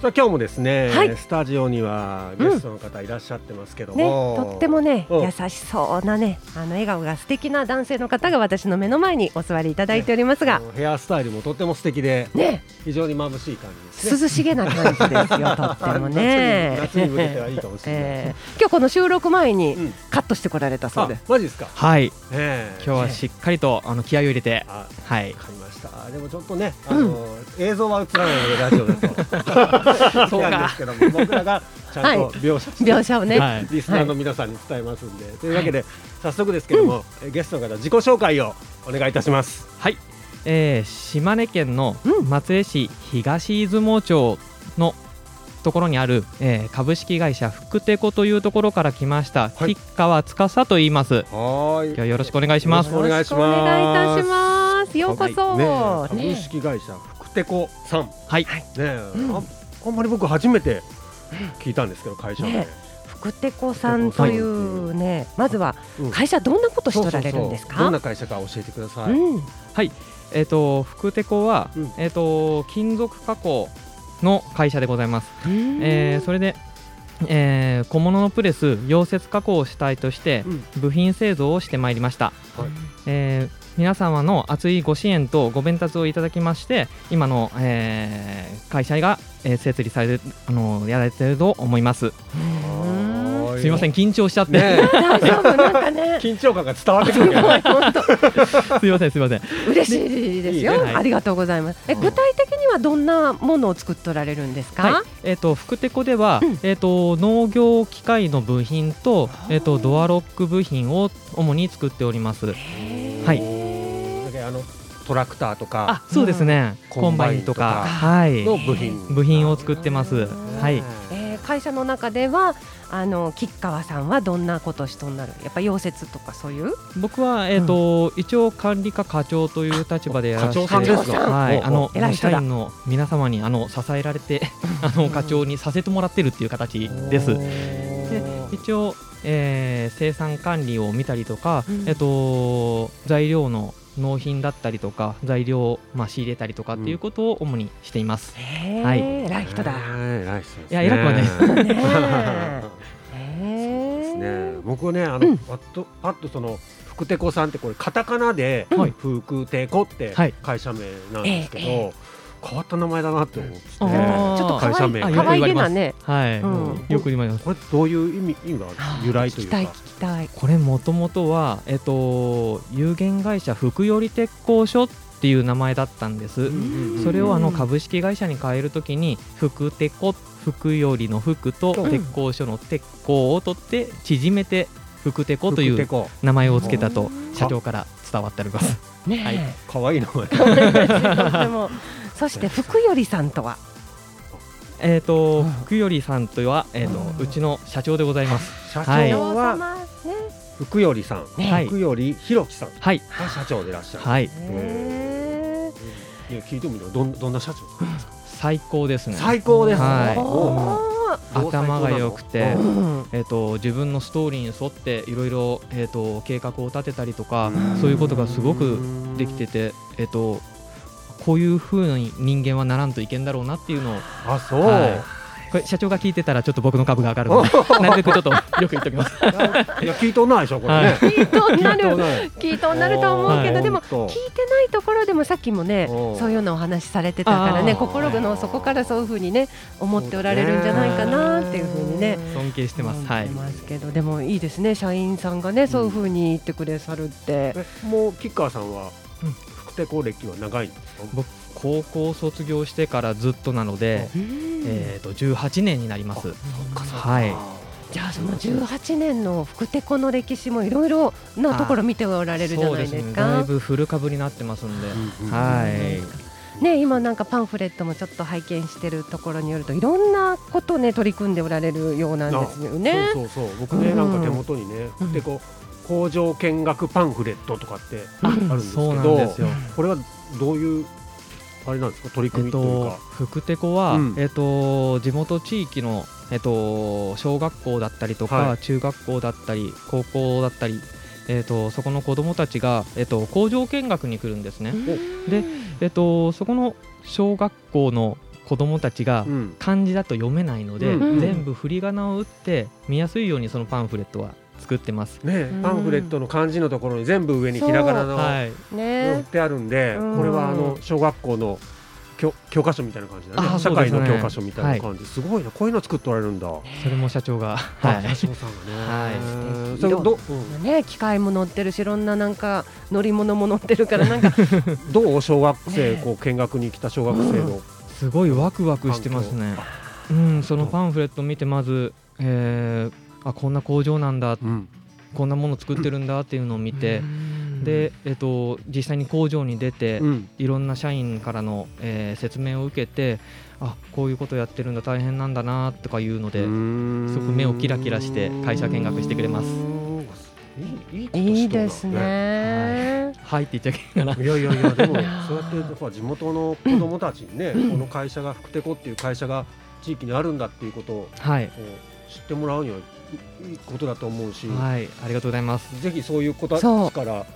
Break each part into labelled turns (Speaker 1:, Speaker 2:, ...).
Speaker 1: さあ今日もですね、
Speaker 2: はい
Speaker 1: スタジオにはゲストの方いらっしゃってますけど
Speaker 2: ね、
Speaker 1: も、
Speaker 2: とってもね、
Speaker 1: うん
Speaker 2: 優しそうなね、あの笑顔が素敵な男性の方が私の目の前にお座りいただいておりますが
Speaker 1: あ、のヘアスタイルもとっても素敵で
Speaker 2: ね、
Speaker 1: 非常に眩しい感じですね。
Speaker 2: 涼しげな感じですよ、とってもね。
Speaker 1: 夏に夏に向けてはいいかもしれない。
Speaker 2: えー今日この収録前に
Speaker 1: うん
Speaker 2: カットしてこられた そう
Speaker 1: あ
Speaker 2: です。
Speaker 1: マジですか。
Speaker 3: はい、
Speaker 1: ええ
Speaker 3: 今日はしっかりとあの気合を入れて、
Speaker 1: あ
Speaker 3: はい
Speaker 1: わ、かりました。でもちょっとね、あの、映像は映らないのでラジオだと
Speaker 3: そうか
Speaker 1: なんですけども、僕らがちゃんと描写して、
Speaker 2: 描写をね、
Speaker 3: はい
Speaker 1: リスナーの皆さんに伝えますんで、というわけで早速ですけども、えゲストの方自己紹介をお願いいたします。
Speaker 3: はいえー島根県の松江市東出雲町のところにある、えー株式会社福テコというところから来ました、
Speaker 1: はい
Speaker 3: 吉川司と言います
Speaker 1: は
Speaker 3: 今日はよろしくお願いします
Speaker 1: お願いします
Speaker 2: よろくお願いいたします。ようこそ。
Speaker 1: ねえ、株
Speaker 2: ね
Speaker 1: 式会社福テコさん。ね
Speaker 3: はい、
Speaker 1: え、
Speaker 2: ん
Speaker 1: ああんまり僕初めて聞いたんですけど会社名、
Speaker 2: ね福テコさんというね、まずは
Speaker 1: うん
Speaker 2: 会社どんなことし
Speaker 1: そう
Speaker 2: て
Speaker 1: そうそう
Speaker 2: おられるんですか。
Speaker 1: どんな会社か教えてください。
Speaker 2: うん
Speaker 3: えっ、と福テコは、
Speaker 1: うん
Speaker 3: えっ、と金属加工の会社でございます、えーそれで、えー小物のプレス溶接加工を主体として
Speaker 1: うん
Speaker 3: 部品製造をしてまいりました、
Speaker 1: はい
Speaker 3: えー皆様の熱いご支援とご鞭達をいただきまして今の、えー会社が、えー設立されてあのやられてると思います
Speaker 2: うん
Speaker 1: は
Speaker 3: すみません緊張しちゃって、
Speaker 1: ねえ
Speaker 2: 大丈夫なんかね。
Speaker 1: 緊張感が伝わってくるけどね。
Speaker 2: 本当
Speaker 3: すみませんすみません
Speaker 2: 嬉しいですよ
Speaker 1: いい
Speaker 3: ねはい
Speaker 2: ありがとうございます。え
Speaker 1: うん
Speaker 2: 具体的にはどんなものを作っておられるんですか。
Speaker 3: はい、えっ、と福テコでは、
Speaker 2: うん
Speaker 3: えっ、と農業機械の部品とえっ、とドアロック部品を主に作っておりますはい
Speaker 1: だけどあのトラクターと
Speaker 3: あ
Speaker 1: か
Speaker 3: そうですね、
Speaker 1: うん
Speaker 3: コンバインとか
Speaker 1: コ
Speaker 3: はい
Speaker 1: の部品
Speaker 3: 部品を作ってますはい
Speaker 2: えー会社の中ではあの吉川さんはどんなことしとんなるやっぱ溶接とかそういう
Speaker 3: 僕は、えーと一応管理課課長という立場でやらせて
Speaker 1: 課長さんです
Speaker 2: か
Speaker 3: はい、
Speaker 1: おう
Speaker 3: あの
Speaker 2: 偉い人
Speaker 3: 社
Speaker 2: だ
Speaker 3: 員の皆様にあの支えられてあの課長にさせてもらってるっていう形です
Speaker 1: おー
Speaker 3: で一応、えー生産管理を見たりとか、
Speaker 2: うん
Speaker 3: えっと材料の納品だったりとか材料を、まあ、仕入れたりとかっていうことを主にしています、
Speaker 2: え
Speaker 3: はい
Speaker 2: ー偉い人だ。
Speaker 1: ね偉い人ですね
Speaker 3: いや偉くはないです
Speaker 1: ね
Speaker 2: ね
Speaker 1: えです
Speaker 2: え
Speaker 1: ね。僕ねあの、パッとパッとその福テコさんってこれカタカナで
Speaker 3: はい
Speaker 1: 福テコって
Speaker 3: はい
Speaker 1: 会社名なんですけど、
Speaker 2: ええ
Speaker 1: 変わった名前だなって思って
Speaker 3: あー
Speaker 2: ちょっと可
Speaker 1: 会社
Speaker 2: 愛
Speaker 1: 名
Speaker 2: い
Speaker 3: あよく
Speaker 2: 可愛げ
Speaker 3: 言わ
Speaker 2: な
Speaker 3: れ
Speaker 2: ね。
Speaker 3: はい、
Speaker 2: うん
Speaker 3: よく言われます
Speaker 1: これどういう意味意味がある由来とい
Speaker 2: 聞き
Speaker 1: うか
Speaker 2: たい聞きたい。
Speaker 3: これもともとは、えっと、有限会社福より鉄工所っていう名前だったんです、
Speaker 1: うん
Speaker 3: それをあ
Speaker 2: う
Speaker 3: の
Speaker 2: ん
Speaker 3: 株式会社に変えるときに福テコ福よりの福と
Speaker 1: うん
Speaker 3: 鉄工所の鉄工を取って縮めて福テコとい
Speaker 1: 福テ
Speaker 3: う
Speaker 1: コ
Speaker 3: 名前を付けたと
Speaker 2: うん
Speaker 3: 社長から伝わっておりますはい
Speaker 2: ね
Speaker 1: 可愛い名 前
Speaker 2: え。でもそして福よりさんとは
Speaker 3: えっ
Speaker 2: う
Speaker 3: と
Speaker 2: ん
Speaker 3: 福よりさんとは、えっ
Speaker 2: うん
Speaker 3: とうちの社長でございます
Speaker 1: 社
Speaker 3: はい
Speaker 1: 長は
Speaker 2: 様ね。
Speaker 1: 福よりさん、
Speaker 3: ねはい
Speaker 1: 福よりひろきさん
Speaker 3: はい
Speaker 1: が社長でいらっしゃる、
Speaker 3: はい
Speaker 2: へー
Speaker 1: いや聞いてみたらどんどんな社長ですか
Speaker 3: 最高ですね
Speaker 1: 最高です、
Speaker 3: はい
Speaker 1: おう
Speaker 2: お
Speaker 1: どう最高なの
Speaker 3: 頭が良くて
Speaker 1: うん
Speaker 2: ー
Speaker 3: えっと自分のストーリーに沿っていろいろえっと計画を立てたりとか
Speaker 1: うん
Speaker 3: そういうことがすごくできてて、えっと、こういうふうに人間はならんといけんだろうなっていうのを、
Speaker 1: あそう、
Speaker 3: はこれ社長が聞いてたらちょっと僕の株が上がるので、 なるべくちょっとよく言っておきます。
Speaker 1: い、や聞いとんないでしょこれね、
Speaker 3: はい
Speaker 2: 聞いとな
Speaker 1: 聞いとん
Speaker 2: る
Speaker 1: ない
Speaker 2: 聞いとなると思うけ
Speaker 3: は
Speaker 2: ど
Speaker 3: い
Speaker 2: でも
Speaker 1: 聞
Speaker 2: 聞いてないところでもさっきもね
Speaker 1: うん
Speaker 2: そういうのお話しされてたからね
Speaker 3: あー
Speaker 2: 心の底からそういうふうにね思っておられるんじゃないかなっていうふうにね
Speaker 3: 尊敬してます。
Speaker 2: 思
Speaker 3: は
Speaker 2: っ
Speaker 3: い
Speaker 2: て。ますけどでもいいですね社員さんがねそういうふうに言ってくれさるって
Speaker 1: もうキッカーさんは
Speaker 3: うん
Speaker 1: 福手工歴は長いんですか
Speaker 3: 僕高校卒業してからずっとなので、えっと18年になります。はい。
Speaker 2: じゃあその18年の福テコの歴史もいろいろなところ見ておられるじゃ
Speaker 3: そう
Speaker 2: ない
Speaker 3: です
Speaker 2: です
Speaker 3: ね。だい
Speaker 2: か。
Speaker 3: ぶ古株になってますんで、
Speaker 1: うんうん
Speaker 3: はい。
Speaker 2: ね今なんかパンフレットもちょっと拝見してるところによるといろんなことね取り組んでおられるようなんですよね。
Speaker 1: そうそうそう僕ね、
Speaker 2: うん
Speaker 1: なんか手元にね福手工工場見学パンフレットとかってあるんですけ
Speaker 3: そうなん
Speaker 1: ど
Speaker 3: ですよ。
Speaker 1: これはどういうあれなんですか取り
Speaker 3: え
Speaker 1: 組み
Speaker 3: っ
Speaker 1: という
Speaker 3: と
Speaker 1: か、、
Speaker 3: 福テコは、
Speaker 1: うん
Speaker 3: えっと、地元地域の、えっと、小学校だったりとか、
Speaker 1: はい
Speaker 3: 中学校だったり高校だったり、えっと、そこの子どもたちが、えっと、工場見学に来るんですね、
Speaker 2: うん
Speaker 3: でえっと、そこの小学校の子どもたちが
Speaker 1: うん
Speaker 3: 漢字だと読めないので、
Speaker 1: うん
Speaker 3: 全部振り仮名を打って見やすいようにそのパンフレットは作ってます。
Speaker 1: ね
Speaker 2: うん
Speaker 1: パンフレットの漢字のところに全部上にひらがなの
Speaker 3: はい、
Speaker 1: 塗っ
Speaker 2: ね
Speaker 1: てあるんで、
Speaker 2: うん
Speaker 1: これはあの小学校の教教科書みたいな感じだね
Speaker 3: あ
Speaker 1: 社
Speaker 3: そうで
Speaker 1: 会
Speaker 3: すね
Speaker 1: の教科書みたいな感じ、すごいなこういうの作っておられるんだ、
Speaker 3: それも社長が、は
Speaker 1: あ
Speaker 3: い、
Speaker 1: 八代さんがね、
Speaker 2: はい
Speaker 1: それど,、
Speaker 2: ね機械も乗ってるしいろんななんか乗り物も乗ってるからなんか
Speaker 1: うんどう小学生
Speaker 2: ねえ
Speaker 1: こう見学に来た小学生の、
Speaker 3: すごいワクワクしてますね。うん、そのパンフレット見てまず、えーあこんな工場なんだ、
Speaker 1: うん
Speaker 3: こんなもの作ってるんだっていうのを見て、
Speaker 1: で、
Speaker 3: で、えっと実際に工場に出て、
Speaker 1: うん
Speaker 3: いろんな社員からの、えー説明を受けて、あこういうことやってるんだ大変なんだなとかいうので、すごく目をキラキラして会社見学してくれます
Speaker 1: うんいいことしとるない
Speaker 2: いですね。
Speaker 3: はいって言っちゃいけ ないか
Speaker 1: いやいやいやでもそうやってやっぱ地元の子どもたちに ね、この会社が福テコっていう会社が地域にあるんだっていうことを
Speaker 3: な。はい、
Speaker 1: こう知ってもらうにはいいいことだと思うし、
Speaker 3: はい、ありがとうございます。
Speaker 1: ぜひそういう子たち
Speaker 2: そう
Speaker 1: から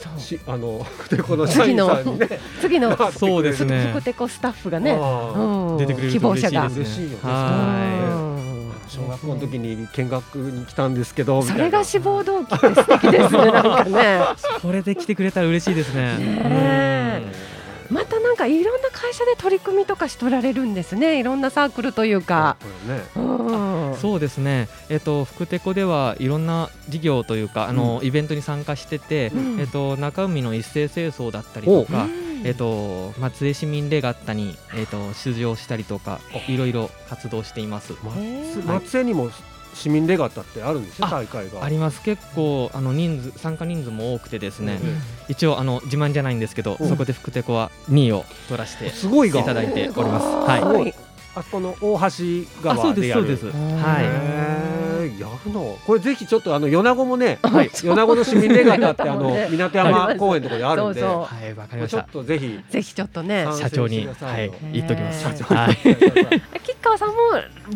Speaker 2: そう
Speaker 1: しあの 福テコの社員さん にね
Speaker 2: 次の
Speaker 1: なってくれる
Speaker 3: そうですね
Speaker 2: 福テコスタッフがね、
Speaker 1: あ
Speaker 2: うん
Speaker 3: 出てくれる
Speaker 2: 希
Speaker 3: と
Speaker 2: 望
Speaker 3: 嬉し
Speaker 2: 者
Speaker 3: いで
Speaker 2: が
Speaker 3: すね。
Speaker 1: 嬉しいよね
Speaker 3: は
Speaker 1: そ
Speaker 3: い。
Speaker 2: うん
Speaker 1: ー小学校の時に見学に来たんですけどみた
Speaker 2: そ
Speaker 1: いな
Speaker 2: れが志望動機って素敵ですねなんかね
Speaker 3: これで来てくれたら嬉しいですね。
Speaker 2: ねまたなんかいろんな会社で取り組みとかしとられるんですねいろんなサークルというか、
Speaker 1: これね
Speaker 2: うん、
Speaker 3: そうですね。えっと福テコではいろんな事業というかあの、イベントに参加してて、
Speaker 2: うん
Speaker 3: えっと中海の一斉清掃だったりと
Speaker 2: う
Speaker 3: か。
Speaker 2: ん
Speaker 3: えっと松江市民レガッタに、えっと出場したりとかいろいろ活動しています。
Speaker 1: ま
Speaker 2: へー
Speaker 1: 松江にも市民レガタってあるんですよ
Speaker 3: あ
Speaker 1: 大会が
Speaker 3: あります結構あの人数参加人数も多くてですね、
Speaker 1: うん
Speaker 3: 一応あの自慢じゃないんですけど、
Speaker 1: うん
Speaker 3: そこで福テコは2位を取らせて
Speaker 1: すごいが
Speaker 3: いただいております。
Speaker 2: うん
Speaker 3: はい
Speaker 1: すごいあそこの大橋
Speaker 3: あそう
Speaker 1: 川
Speaker 3: で
Speaker 1: ですやる
Speaker 3: そうで
Speaker 1: はい
Speaker 3: す。は
Speaker 1: へーやるのこれぜひちょっとあの米子もね
Speaker 3: いはい
Speaker 1: 米子の市民レガタってあ
Speaker 2: そう
Speaker 1: の
Speaker 2: ね
Speaker 1: 港山公園のところにあるんで
Speaker 2: そうそう
Speaker 3: はいわかりまし
Speaker 1: ちょ
Speaker 3: た
Speaker 1: っ。とぜひ
Speaker 2: ぜひちょっとね
Speaker 1: 参加
Speaker 3: 社長に
Speaker 1: 参戦してくだ
Speaker 3: は
Speaker 1: さい
Speaker 3: い
Speaker 1: よ
Speaker 3: 言っときます。
Speaker 1: 社長
Speaker 3: はい。
Speaker 2: 吉川さんも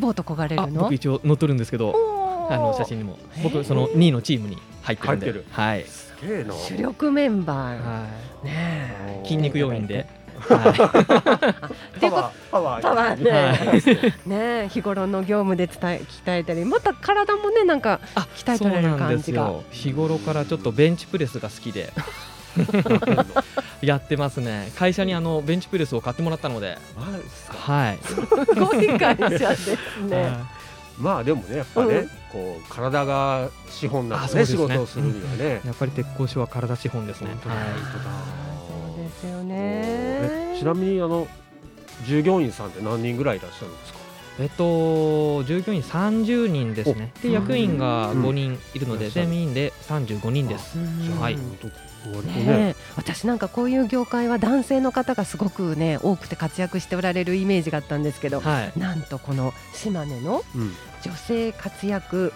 Speaker 2: ボート焦がれ
Speaker 3: あ
Speaker 2: るの
Speaker 3: 僕一応乗っとるんですけど
Speaker 2: おー
Speaker 3: あの写真にも
Speaker 2: へー
Speaker 3: 僕その2位のチームに入ってるんで
Speaker 1: 入ってる
Speaker 3: はい、
Speaker 1: すげえな
Speaker 2: 主力メンバー、
Speaker 3: は
Speaker 2: ね
Speaker 1: あの
Speaker 3: い、筋肉要員で、は
Speaker 2: え
Speaker 1: パワーパワー
Speaker 2: パワーね、
Speaker 3: は
Speaker 2: ねえ日頃の業務で伝え鍛えたりまた体もねなんか
Speaker 3: い、あ
Speaker 2: 鍛えとられる感じが
Speaker 3: そうなんですよ日頃からちょっとベンチプレスが好 きでやってますね会社にあのベンチプレスを買ってもらったので
Speaker 1: マジっすか
Speaker 3: はい、
Speaker 2: すごい会社ですね。
Speaker 3: は
Speaker 1: まあでもねやっぱね、
Speaker 2: うん
Speaker 1: こう体が資本なん
Speaker 3: あ
Speaker 1: で
Speaker 3: そうで
Speaker 1: ね
Speaker 3: す
Speaker 1: 仕事をす
Speaker 3: ね
Speaker 1: るにはね
Speaker 3: い、やっぱり鉄工所は体資本ですね
Speaker 1: 本当だ
Speaker 3: は
Speaker 2: そう
Speaker 1: 本
Speaker 2: ですよ
Speaker 1: 当だえ
Speaker 2: ね。
Speaker 1: ちなみにあの従業員さんって何人ぐらいいらっしゃるんですか
Speaker 3: いえっと従業員30人ですねで
Speaker 2: うん
Speaker 3: 役員が5人いるので
Speaker 1: うん
Speaker 3: 全員で35人です
Speaker 2: うん
Speaker 3: はい
Speaker 1: 本当割とね
Speaker 2: ねえ、私なんかこういう業界は男性の方がすごくね多くて活躍しておられるイメージがあったんですけど、
Speaker 3: はい
Speaker 2: なんとこの島根の
Speaker 1: うん
Speaker 2: 女性活躍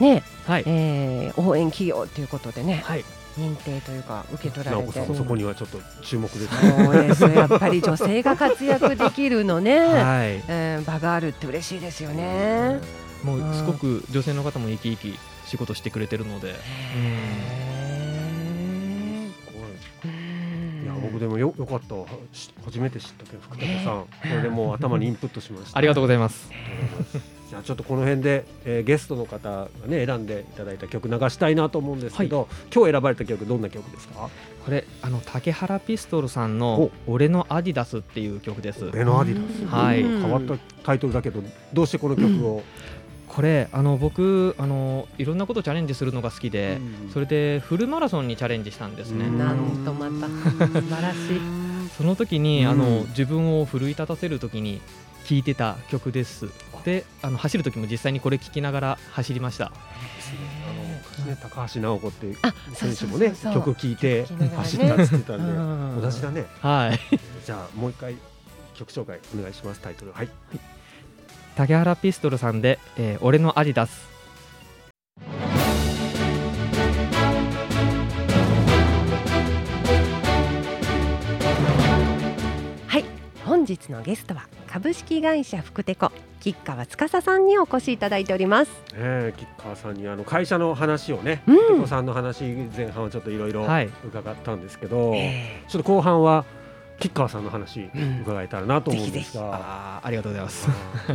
Speaker 2: ね、
Speaker 3: はい
Speaker 2: えー応援企業ということでね
Speaker 3: はい
Speaker 2: 認定というか受け取ら
Speaker 1: 直
Speaker 2: れ
Speaker 1: 子
Speaker 2: て
Speaker 1: さんもそこにはちょっと注目ですね
Speaker 2: そうですやっぱり女性が活躍できる のね、
Speaker 3: はい
Speaker 2: えー場があるって嬉しいですよ
Speaker 1: うん
Speaker 2: ね。
Speaker 3: も
Speaker 2: う
Speaker 3: うんすごく女性の方も生き生き仕事してくれてるので、
Speaker 1: す
Speaker 2: へ
Speaker 1: ごい
Speaker 2: ー
Speaker 1: いや僕でもよよかったはし初めて知ったけど福田さんこれでもう頭にインプットしました
Speaker 3: ありがとうございます。
Speaker 1: じゃあちょっとこの辺で、えーゲストの方がね選んでいただいた曲流したいなと思うんですけど、今日選ばれた曲どんな曲ですか？
Speaker 3: これあの竹原ピストルさんの「俺のアディダス」っていう曲です。
Speaker 1: 俺のアディダス。
Speaker 3: はい
Speaker 2: うん
Speaker 1: 変わったタイトルだけどどうしてこの曲を？
Speaker 3: これあの僕あのいろんなことチャレンジするのが好きで、そ
Speaker 1: れ
Speaker 3: れでフルマラソンにチャレンジしたんですね。
Speaker 2: なんとまた素晴らしい
Speaker 3: その時に、
Speaker 1: うん
Speaker 3: あの自分を奮い立たせる時に聴いてた曲です。であの走る時も実際にこれ聴きながら走りました。
Speaker 1: あのね高橋尚子っていう
Speaker 2: あそう
Speaker 1: 選手
Speaker 2: そうそ
Speaker 1: も
Speaker 2: うそう
Speaker 1: ね曲聴いて
Speaker 2: 聴きながらね
Speaker 1: 走ったって言ってたん
Speaker 3: うん
Speaker 1: で同じだね。
Speaker 3: はい。
Speaker 1: じゃあもう一回曲紹介お願いしますタイトルはい。
Speaker 3: 竹原ピストルさんで、えー俺のアディダス。
Speaker 2: はい本日のゲストは株式会社福テコ吉川司さんにお越しいただいております
Speaker 1: ええ、吉川さんにあの会社の話をね、
Speaker 2: うん
Speaker 1: お子さんの話前半はちょっといろいろ
Speaker 3: はい
Speaker 1: 伺ったんですけど、
Speaker 2: え
Speaker 1: ちょっと後半は吉川さんの話
Speaker 3: うん
Speaker 1: 伺えたらなと思うんですが、
Speaker 3: あーありがとうございます。
Speaker 1: で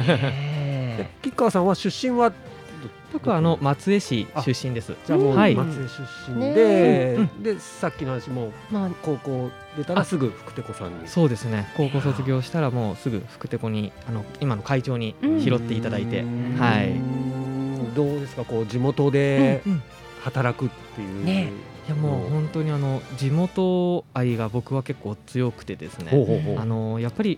Speaker 2: え
Speaker 1: 吉川さんは出身は
Speaker 3: 僕はあの松江市出身です。
Speaker 1: じゃあもう
Speaker 3: は
Speaker 1: 松
Speaker 3: い
Speaker 1: 江出身で、
Speaker 3: ね
Speaker 1: でさっきの話も
Speaker 2: えまあ
Speaker 1: 高校出たらすぐ福手子さんに
Speaker 3: そうですね。高校卒業したらもうすぐ福手子にあの今の会長に
Speaker 2: うん
Speaker 3: 拾っていただいて、
Speaker 1: うん
Speaker 3: はい
Speaker 1: どうですかこう地元で
Speaker 3: うんうん
Speaker 1: 働くっていう、
Speaker 2: ね
Speaker 3: いやもう本当にあの地元愛が僕は結構強くてです
Speaker 1: ほう
Speaker 3: ね。
Speaker 1: ほうほう
Speaker 3: あのやっぱり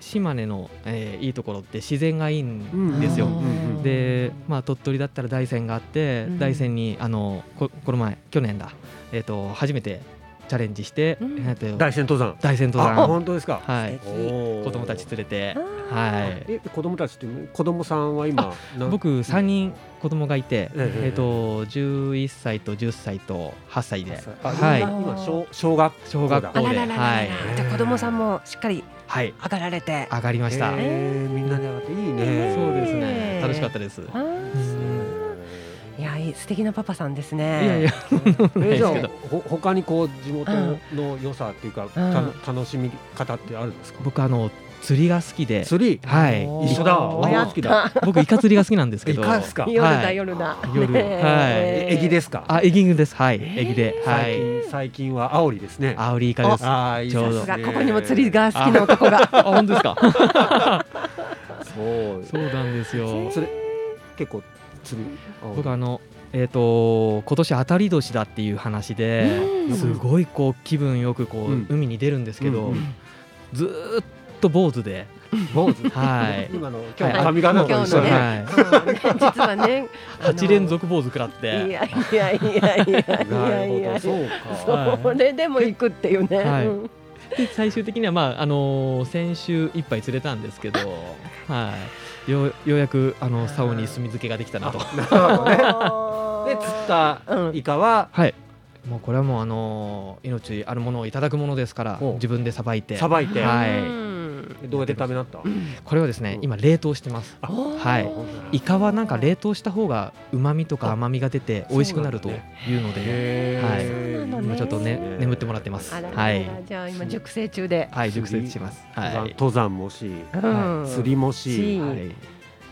Speaker 3: 島根の、えーいいところって自然がいいん
Speaker 1: うん
Speaker 3: ですよ。
Speaker 1: うんうん
Speaker 3: で、まあ、鳥取だったら大山があって、
Speaker 2: うん
Speaker 3: 大山にあのここの前去年だ、えー、と初めてチャレンジして、
Speaker 2: うん
Speaker 3: えーと
Speaker 1: 大山登山
Speaker 3: 大山登
Speaker 1: あ
Speaker 3: 山
Speaker 1: 本当ですか、
Speaker 3: はい
Speaker 2: 素敵
Speaker 1: おー
Speaker 3: 子供たち連れて
Speaker 2: あ
Speaker 3: は
Speaker 1: え
Speaker 3: い
Speaker 1: 子供たちって子供さんは今な
Speaker 3: 僕3人子供がいて、
Speaker 1: ええ
Speaker 3: えー、と11歳と10歳と8歳で
Speaker 1: あ
Speaker 3: はい
Speaker 1: 今今小小学校だ
Speaker 3: 小学
Speaker 2: あ
Speaker 3: 校
Speaker 2: ら
Speaker 3: で
Speaker 2: ららら
Speaker 3: は
Speaker 2: ら
Speaker 3: い
Speaker 2: じゃあ子供さんもしっかり
Speaker 3: はい
Speaker 2: 上がられて
Speaker 3: 上がりました、
Speaker 1: えーみんなで上がっていいね
Speaker 3: そうです
Speaker 2: え
Speaker 3: ね
Speaker 2: え
Speaker 3: 楽しかったです
Speaker 2: あーいやいい素敵なパパさんです
Speaker 3: い
Speaker 2: ね
Speaker 3: やいや
Speaker 1: えーじゃあ
Speaker 3: ないですけど
Speaker 1: ほ他にこう地元の良さっていうか、たの楽しみ方ってあるんですか、
Speaker 3: 僕あの釣りが好きで
Speaker 1: 釣り
Speaker 3: はい
Speaker 1: 一緒だ
Speaker 3: おー
Speaker 1: 俺も好きだ
Speaker 3: 僕イカ釣りが好きなんですけ
Speaker 1: い
Speaker 3: ど
Speaker 1: かですか
Speaker 3: い
Speaker 2: 夜
Speaker 3: は
Speaker 2: だ夜だ
Speaker 3: 夜
Speaker 2: ねえ
Speaker 3: はい
Speaker 1: えぎですか
Speaker 3: あエギングですはい
Speaker 2: え
Speaker 3: エギでは
Speaker 1: 最
Speaker 3: い
Speaker 1: 近最近はアオリですね
Speaker 3: アオリイカです
Speaker 1: あーいいですね
Speaker 3: ちょう
Speaker 2: さすがここにも釣りが好きな男が
Speaker 3: あ本当 ですか
Speaker 1: そう
Speaker 3: そうなんですよ
Speaker 1: それ結構釣り
Speaker 3: 僕あのえっ、と今年当たり年だっていう話で、
Speaker 2: うん
Speaker 3: すごいこう気分よくこう、
Speaker 1: うん
Speaker 3: 海に出るんですけど、
Speaker 1: うんうん
Speaker 3: ずーっと坊主で、
Speaker 1: 坊主
Speaker 3: はい
Speaker 1: 今の今日
Speaker 3: は
Speaker 1: の
Speaker 3: い
Speaker 1: 髪型と
Speaker 2: 今
Speaker 1: 一
Speaker 2: 日
Speaker 1: 緒だ
Speaker 2: のね
Speaker 1: ね
Speaker 2: う
Speaker 3: はい
Speaker 2: ん実は ね
Speaker 3: 8連続坊主食らっ
Speaker 2: いやい
Speaker 3: て
Speaker 2: やいやいやいやい
Speaker 1: な
Speaker 2: やい
Speaker 1: るほ
Speaker 2: や
Speaker 1: どそう
Speaker 3: う
Speaker 1: か
Speaker 2: それでも行くっていうね、
Speaker 3: はい
Speaker 2: うん
Speaker 3: で最終的にはまああのー先週いっぱい釣れたんですけど、はいようようやくあの竿に墨付けができたなと
Speaker 1: で釣った
Speaker 2: うん
Speaker 1: イカは
Speaker 3: はいもうこれはもうあのー命あるものをいただくものですから
Speaker 1: ほう
Speaker 3: 自分でさばいて
Speaker 1: さばいて
Speaker 3: は
Speaker 2: う
Speaker 3: い
Speaker 2: ん
Speaker 1: どうやって食べなった
Speaker 3: これをですね
Speaker 1: うん
Speaker 3: 今冷凍してますはいイカはなんか冷凍した方が旨味とか甘みが出て美味しくなるというので、
Speaker 1: へ
Speaker 2: そうなの
Speaker 1: ー
Speaker 2: ね
Speaker 3: 今ちょっとね
Speaker 1: ね
Speaker 3: 眠ってもらってます
Speaker 2: あら
Speaker 3: は
Speaker 2: ら
Speaker 3: い
Speaker 2: ららじゃあ今熟成中で、
Speaker 3: はい熟成しますは
Speaker 1: 登山
Speaker 3: い、
Speaker 1: 登山もし
Speaker 2: うん
Speaker 1: 釣りもし
Speaker 2: し
Speaker 3: はい、
Speaker 1: ひ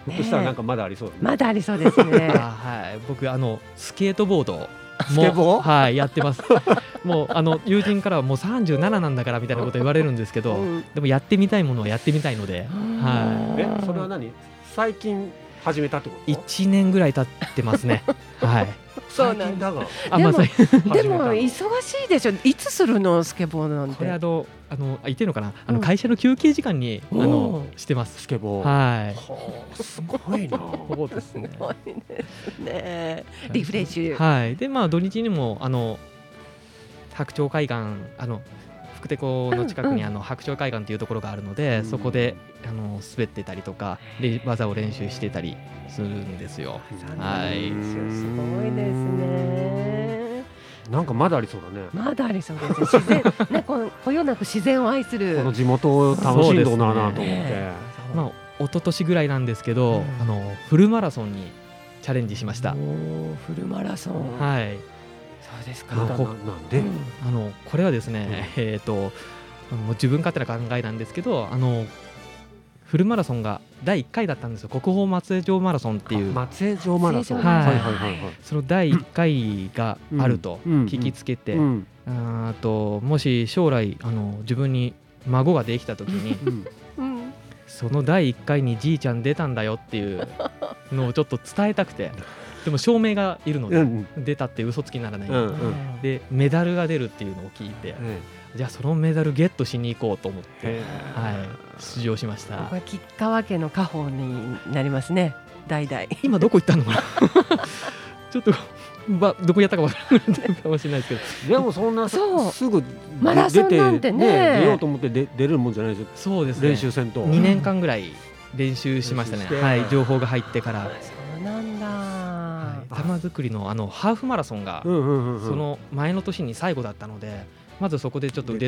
Speaker 1: ょっとしたらなんかまだありそうだね
Speaker 2: まだありそうですね
Speaker 3: あはい僕あのスケートボードも
Speaker 1: スケボー
Speaker 3: はいやってます もうあの友人からはもう37なんだからみたいなこと言われるんですけど、
Speaker 2: うん
Speaker 3: でもやってみたいものはやってみたいので、は
Speaker 1: えそれは何最近始めたってこ
Speaker 3: い、
Speaker 1: と
Speaker 3: 1年ぐらい経ってますねはい
Speaker 2: そう
Speaker 1: 最
Speaker 2: なん
Speaker 1: 近だが
Speaker 3: あ
Speaker 2: で
Speaker 3: ま
Speaker 2: も
Speaker 3: あそう
Speaker 2: で
Speaker 1: 始めた
Speaker 2: も
Speaker 1: の
Speaker 2: 忙しいでしょいつするのスケボーなん
Speaker 3: これあ
Speaker 2: て
Speaker 3: のあのあ言ってるのかなあ
Speaker 2: う
Speaker 3: の
Speaker 2: ん
Speaker 3: 会社の休憩時間にあ
Speaker 2: お
Speaker 3: の
Speaker 2: ー
Speaker 3: してます
Speaker 1: スケボー
Speaker 3: はい
Speaker 1: はあすごいな
Speaker 3: そうですね
Speaker 2: すごいですねリフレッシュ
Speaker 3: はいでまあ土日にもあの白鳥海岸あの福手湖の近く
Speaker 2: うんう
Speaker 3: に
Speaker 2: ん
Speaker 3: あの白鳥海岸というところがあるので、
Speaker 1: うん
Speaker 3: そこであの滑ってたりとかで技を練習してたりするんですよは
Speaker 2: す
Speaker 3: い
Speaker 2: ごいですね
Speaker 1: なんかまだありそうだね
Speaker 2: まだありそうですね自然ねこのこよなく自然を愛する
Speaker 1: この地元を楽しんどうなあなと思って、
Speaker 2: そうですね
Speaker 3: まあ一昨年ぐらいなんですけ
Speaker 2: う
Speaker 3: ど、
Speaker 2: ん
Speaker 3: あのフルマラソンにチャレンジしました、
Speaker 2: おーフルマラソン
Speaker 3: はい
Speaker 2: そうです
Speaker 1: な
Speaker 2: か
Speaker 1: ななんで、
Speaker 2: うん
Speaker 3: あのこれはですね、えっ、ともう自分勝手な考えなんですけどあのフルマラソンが第1回だったんですよ国宝松江城マラソンっていう
Speaker 1: 松江城マラソン、
Speaker 2: 松
Speaker 3: 江城マラソ
Speaker 1: は
Speaker 3: ン
Speaker 1: いはいはいはい
Speaker 3: その第1回があると
Speaker 1: うんうん
Speaker 3: 聞きつけて、
Speaker 1: うん
Speaker 3: あーともし将来あの自分に孫ができた時に
Speaker 1: うん
Speaker 2: うん
Speaker 3: その第1回にじいちゃん出たんだよっていうのをちょっと伝えたくてでも証明がいるの
Speaker 1: う
Speaker 3: で
Speaker 1: ん
Speaker 3: 出たって嘘つきにならない、
Speaker 1: うんうん
Speaker 3: でメダルが出るっていうのを聞いて
Speaker 1: え
Speaker 3: じゃあそのメダルゲットしに行こうと思って、
Speaker 1: え
Speaker 3: はい、出場しまし
Speaker 2: こ
Speaker 3: た
Speaker 2: こは吉川家の家宝になりますね代々
Speaker 3: 今どこ行った のかなちょっと、ばどこやったかわからないかもしれないですけど
Speaker 1: でもそんな
Speaker 2: そう
Speaker 1: すぐ
Speaker 2: マラソンなんてね
Speaker 1: 出出ようと思って出出るもんじゃないですよ
Speaker 3: そうですね
Speaker 1: 練習戦と
Speaker 3: 2年間ぐらい練習しましたね、
Speaker 1: 練習して
Speaker 3: はい、情報が入ってから、
Speaker 2: そうなんだ、
Speaker 3: はい、玉作りのあのハーフマラソンが、
Speaker 1: うんうんうんうん
Speaker 3: その前の年に最後だったのでまずそこでちょっと
Speaker 1: 出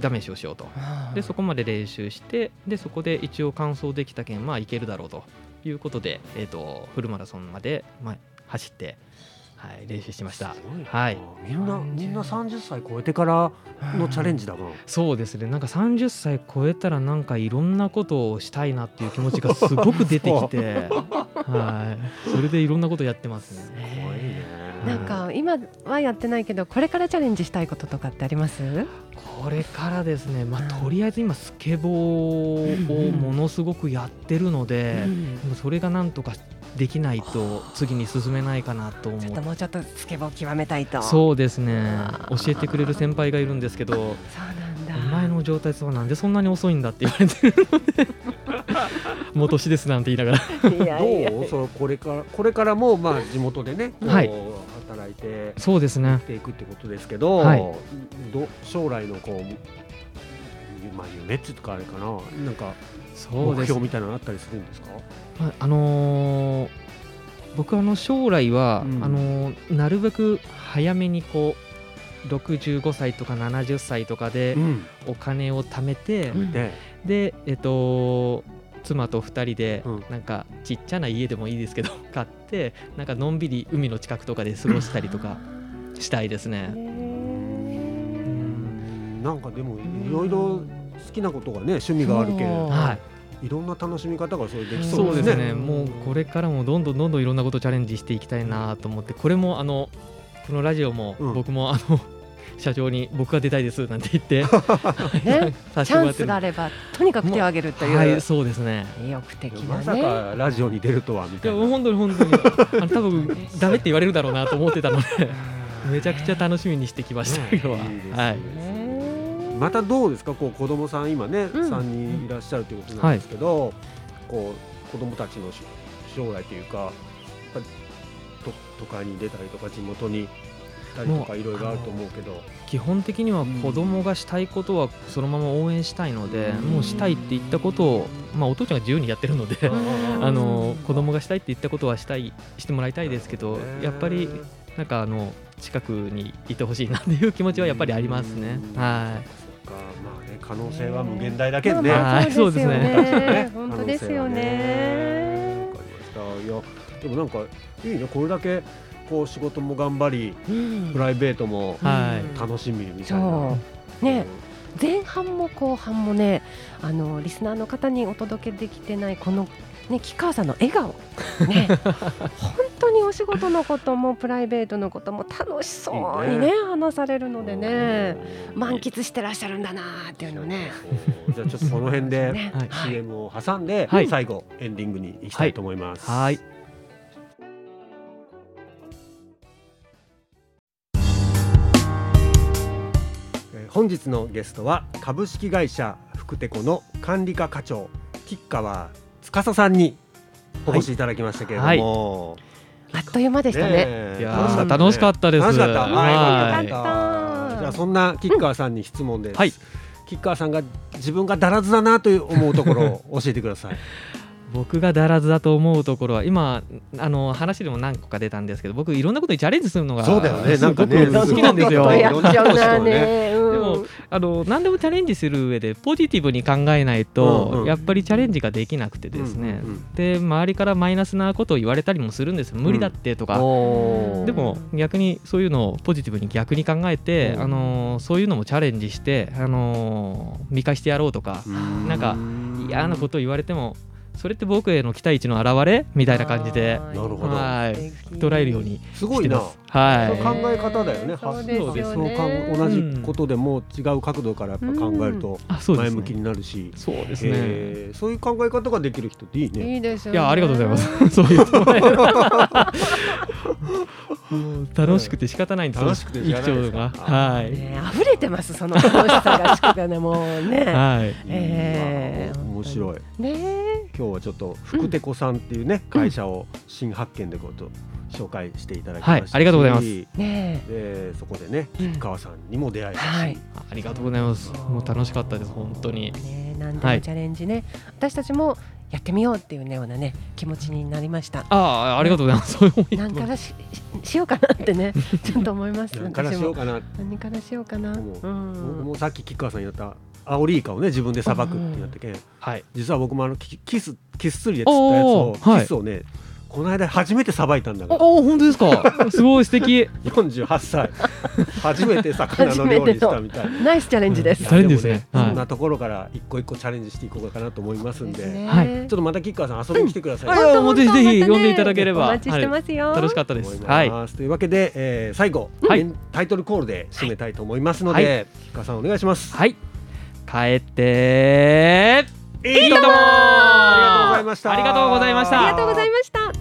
Speaker 3: 腕
Speaker 1: て
Speaker 3: 試しをしようとでそこまで練習してでそこで一応完走できたけんまあいけるだろうということで、えー、とフルマラソンまで、まあ、走ってはい、練習しました
Speaker 1: すごいな
Speaker 3: はい
Speaker 1: みんな
Speaker 3: 30
Speaker 1: みんな三十歳超えてからのチャレンジだな。
Speaker 3: そうですねなんか30歳超えたらなんかいろんなことをしたいなっていう気持ちがすごく出て きて、はい、それでいろんなことやってます
Speaker 1: すごい
Speaker 3: ね。
Speaker 1: ね。
Speaker 2: なんか今はやってないけどこれからチャレンジしたいこととかってあります？
Speaker 3: これからですね、まあ、とりあえず今スケボーをものすごくやってるので、
Speaker 2: うん
Speaker 3: でもそれがなんとかできないと次に進めないかなと思
Speaker 2: ちょっと
Speaker 3: う
Speaker 2: もうちょっとスケボー極めたいと。う。
Speaker 3: そうですね
Speaker 2: あ
Speaker 3: 教
Speaker 2: ー
Speaker 3: えてくれる先輩がいるんですけど
Speaker 2: そうなん
Speaker 3: お
Speaker 2: だ。
Speaker 3: 前の状態はなんでそんなに遅いんだって言われてる のでもう年ですなんて言いながら
Speaker 2: いやいや。
Speaker 1: どうそのこれからこれからもまあ地元でね、こう
Speaker 3: はい
Speaker 1: 働いて
Speaker 3: そうですね
Speaker 1: 生きていくってことですけど、
Speaker 3: はい
Speaker 1: ど将来のこう。まあ夢っていうかあれかな、なんか
Speaker 3: そう
Speaker 1: 目
Speaker 3: です
Speaker 1: 標みたいなのあったりするんですか。
Speaker 3: まああのー僕あの将来は、
Speaker 1: うん
Speaker 3: あのーなるべく早めにこう65歳とか70歳とかで
Speaker 1: ん、
Speaker 3: お金を貯めて、
Speaker 2: うん
Speaker 1: で、
Speaker 3: でえっと妻と2人で、
Speaker 1: うん
Speaker 3: なんかちっちゃな家でもいいですけど 買ってなんかのんびり海の近くとかで過ごしたりとかしたいです
Speaker 2: へ
Speaker 3: ね。
Speaker 2: ー。
Speaker 1: なんかでもいろいろ好きなことがね趣味があるけ
Speaker 2: そう
Speaker 1: ど
Speaker 3: はい、
Speaker 1: いろんな楽しみ方がそれでき
Speaker 3: そ
Speaker 1: そうう
Speaker 3: で
Speaker 1: ですす
Speaker 3: ね
Speaker 1: ね。
Speaker 3: もうこれからもどんどんどんどんいろんなことチャレンジしていきたいなと思ってこれもあのこのラジオも
Speaker 1: うん
Speaker 3: 僕もあの、 社長に僕が出たいですなんて 言って、
Speaker 2: ね
Speaker 3: さ
Speaker 2: チ
Speaker 3: せて
Speaker 2: ャ
Speaker 3: もら
Speaker 2: ン
Speaker 3: って
Speaker 2: ス
Speaker 3: る
Speaker 2: があればとにかく手を挙げるという、
Speaker 3: はいそうですね
Speaker 2: 意欲的な
Speaker 1: まさ
Speaker 2: ね。
Speaker 1: かラジオに出るとはみ
Speaker 3: い
Speaker 1: た
Speaker 3: や
Speaker 1: い
Speaker 3: もう
Speaker 1: な。
Speaker 3: 本当に本当にあの多分ダメって言われるだろうなと思ってたので めちゃくちゃ楽しみにしてきました
Speaker 1: ね
Speaker 3: 今日は、
Speaker 1: いいですね
Speaker 3: はい
Speaker 2: ね
Speaker 1: またどうですかこう子供さん今ね、
Speaker 2: うん
Speaker 1: 3人いらっしゃるということなんですけど、こう子供たちのし将来というかやっぱりと都会に出たりとか地元に行ったりと
Speaker 3: も
Speaker 1: か
Speaker 3: う
Speaker 1: いろいろあると思うけど
Speaker 3: 基本的には子供がしたいことはそのまま応援したいので、
Speaker 1: うん
Speaker 3: もうしたいって言ったことを、まあ、お父ちゃんが自由にやってるので、
Speaker 1: うん
Speaker 3: あの子供がしたいって言ったことはしたいしてもらいたいですけど、
Speaker 1: ね
Speaker 3: やっぱりなんかあの近くにいてほしいなっていう気持ちはやっぱりありますね。
Speaker 1: うん
Speaker 3: は
Speaker 1: そっかまあね可能性は無限大だけどね。
Speaker 2: まあまあ
Speaker 3: はい
Speaker 2: そうですよ
Speaker 3: そうで
Speaker 2: ね。
Speaker 1: 可
Speaker 2: 本
Speaker 1: 能性は
Speaker 2: 当ですよ
Speaker 1: ね
Speaker 2: ね
Speaker 1: わ。かりました。いやでもなんかいいねこれだけこう仕事も頑張り
Speaker 2: うん
Speaker 1: プライベートも
Speaker 3: はい
Speaker 2: うん
Speaker 1: 楽しみみたいな。
Speaker 2: そうね前半も後半もねあのリスナーの方にお届けできてないこのね木川さんの笑顔 ね本当にお仕事のこともプライベートのことも楽しそうに
Speaker 1: いい
Speaker 2: ね
Speaker 1: ね
Speaker 2: 話されるのでね
Speaker 1: うん
Speaker 2: 満喫してらっしゃるんだなっていうのをね。
Speaker 1: そうじゃあちょっとこの辺で
Speaker 2: ね
Speaker 3: はい
Speaker 2: はい
Speaker 1: CM を挟んで
Speaker 3: はい
Speaker 1: 最後エンディングに行きたいと思います。
Speaker 3: い、はい
Speaker 1: えー本日のゲストは株式会社福テコの管理課課長吉川司さんにお越しいただきましたけれども、
Speaker 2: あっという間でしたね。
Speaker 1: ね
Speaker 3: い
Speaker 1: え
Speaker 3: や
Speaker 2: ー
Speaker 3: ー楽しかったです。
Speaker 1: 楽しかった。
Speaker 3: は
Speaker 1: はいい、
Speaker 2: よ
Speaker 1: よ
Speaker 2: か
Speaker 1: かっ
Speaker 2: っ
Speaker 1: たた。じゃあそんな吉川さんに質問です。
Speaker 3: はい
Speaker 1: 吉川さんが自分がだらずだなという思うところを教えてください。
Speaker 3: 僕がだらずだと思うところは今あの話でも何個か出たんですけど僕いろんなことにチャレンジするのが
Speaker 1: そうだよね
Speaker 3: すご
Speaker 1: な
Speaker 3: く
Speaker 1: んかね
Speaker 3: 好きなんですよ。
Speaker 1: そう
Speaker 2: や
Speaker 1: そう
Speaker 2: っちゃうなね。うん
Speaker 3: でもあの何でもチャレンジする上でポジティブに考えないと、
Speaker 1: うんうん
Speaker 3: やっぱりチャレンジができなくて ですね、
Speaker 1: うんうん
Speaker 3: で周りからマイナスなことを言われたりもするんです無理だってとか、
Speaker 1: おー
Speaker 3: でも逆にそういうのをポジティブに逆に考えて、
Speaker 1: うん
Speaker 3: あのーそういうのもチャレンジして、あのー見返してやろうとか
Speaker 1: うーん
Speaker 3: なんか嫌なことを言われてもそれって僕への期待値の表れみたいな感じで
Speaker 1: なるほど
Speaker 3: はい捉えるよう。に
Speaker 1: すご
Speaker 3: し
Speaker 1: い
Speaker 3: て
Speaker 1: な。
Speaker 3: ま
Speaker 1: そ
Speaker 3: す。は
Speaker 1: の
Speaker 3: い
Speaker 1: 考え方だよね。
Speaker 2: そう
Speaker 1: 発
Speaker 2: です
Speaker 3: よね
Speaker 1: 想そう考え同じことでも違う角度からやっぱ考えると
Speaker 3: あそうで
Speaker 1: 前
Speaker 3: すね
Speaker 1: 向きになるし、
Speaker 3: そうですね、
Speaker 1: えーそういう考え方ができる人っていいね。
Speaker 2: いいですよ
Speaker 3: い
Speaker 2: ね。
Speaker 3: やありがとうござい ます。そう言ってもらえるもう楽しくて仕方ないんですよ。
Speaker 1: 楽しくて仕方ないです
Speaker 3: 生きちゃうのがは
Speaker 2: ね溢れてますその楽しさがしくがねもう
Speaker 3: い
Speaker 2: ね。
Speaker 3: はい。
Speaker 2: えー
Speaker 1: うん面白い。
Speaker 2: ね
Speaker 1: 今日はちょっと福テコさんっていうね、会社を新発見でこうと紹介していただきましたし、
Speaker 3: はいありがとうございます
Speaker 2: えね
Speaker 1: でそこでね
Speaker 2: え。
Speaker 1: 吉川さんにも出会えたし、
Speaker 2: はい
Speaker 3: あありがとうございます。もう楽しかったです本当に。
Speaker 2: ね何でもチャレンジね、私たちもやってみようっていうようなね気持ちになりま した。
Speaker 3: ああありがとうございます。そういう思い
Speaker 2: 何からしししようかなって ねちょっと思います。
Speaker 1: 何からしようかな、
Speaker 2: 私も何からしようかな。う
Speaker 1: もうん僕
Speaker 2: ん。
Speaker 1: もさっき吉川さんやったアオリイカをね自分でさばくってやったけん、
Speaker 3: はい。
Speaker 1: 実は僕もあのキキスキス釣りで釣ったやつを、
Speaker 3: おーはい
Speaker 1: キスをねこの間初めてさばいたんだから
Speaker 3: おお本当ですか すごい素敵
Speaker 1: 48歳 初めて魚の料理したみたいな。
Speaker 2: ナイスチャレンジです。
Speaker 3: チャレンジですね
Speaker 1: いやも
Speaker 3: はい
Speaker 1: そんなところから一個一個チャレンジしていこうかなと思いますんで、
Speaker 2: ですね
Speaker 3: はい
Speaker 1: ちょっとまた吉川さん遊びに来てください。
Speaker 3: はいやもうぜひぜ
Speaker 2: 本
Speaker 3: ひ
Speaker 2: 当本当
Speaker 3: 呼んでいただければ
Speaker 2: お待ちしてますよ。
Speaker 3: 楽しかったで
Speaker 1: 思い
Speaker 3: すはい
Speaker 1: ますというわけで、えー最後、
Speaker 3: はい
Speaker 1: エンタイトルコールで締めたいと思いますので、
Speaker 3: は
Speaker 1: 吉川さんお願いします。
Speaker 3: はい帰って
Speaker 1: いい
Speaker 3: いいとも
Speaker 1: ありがとうございました
Speaker 3: ありがとうございました
Speaker 2: ありがとうございました。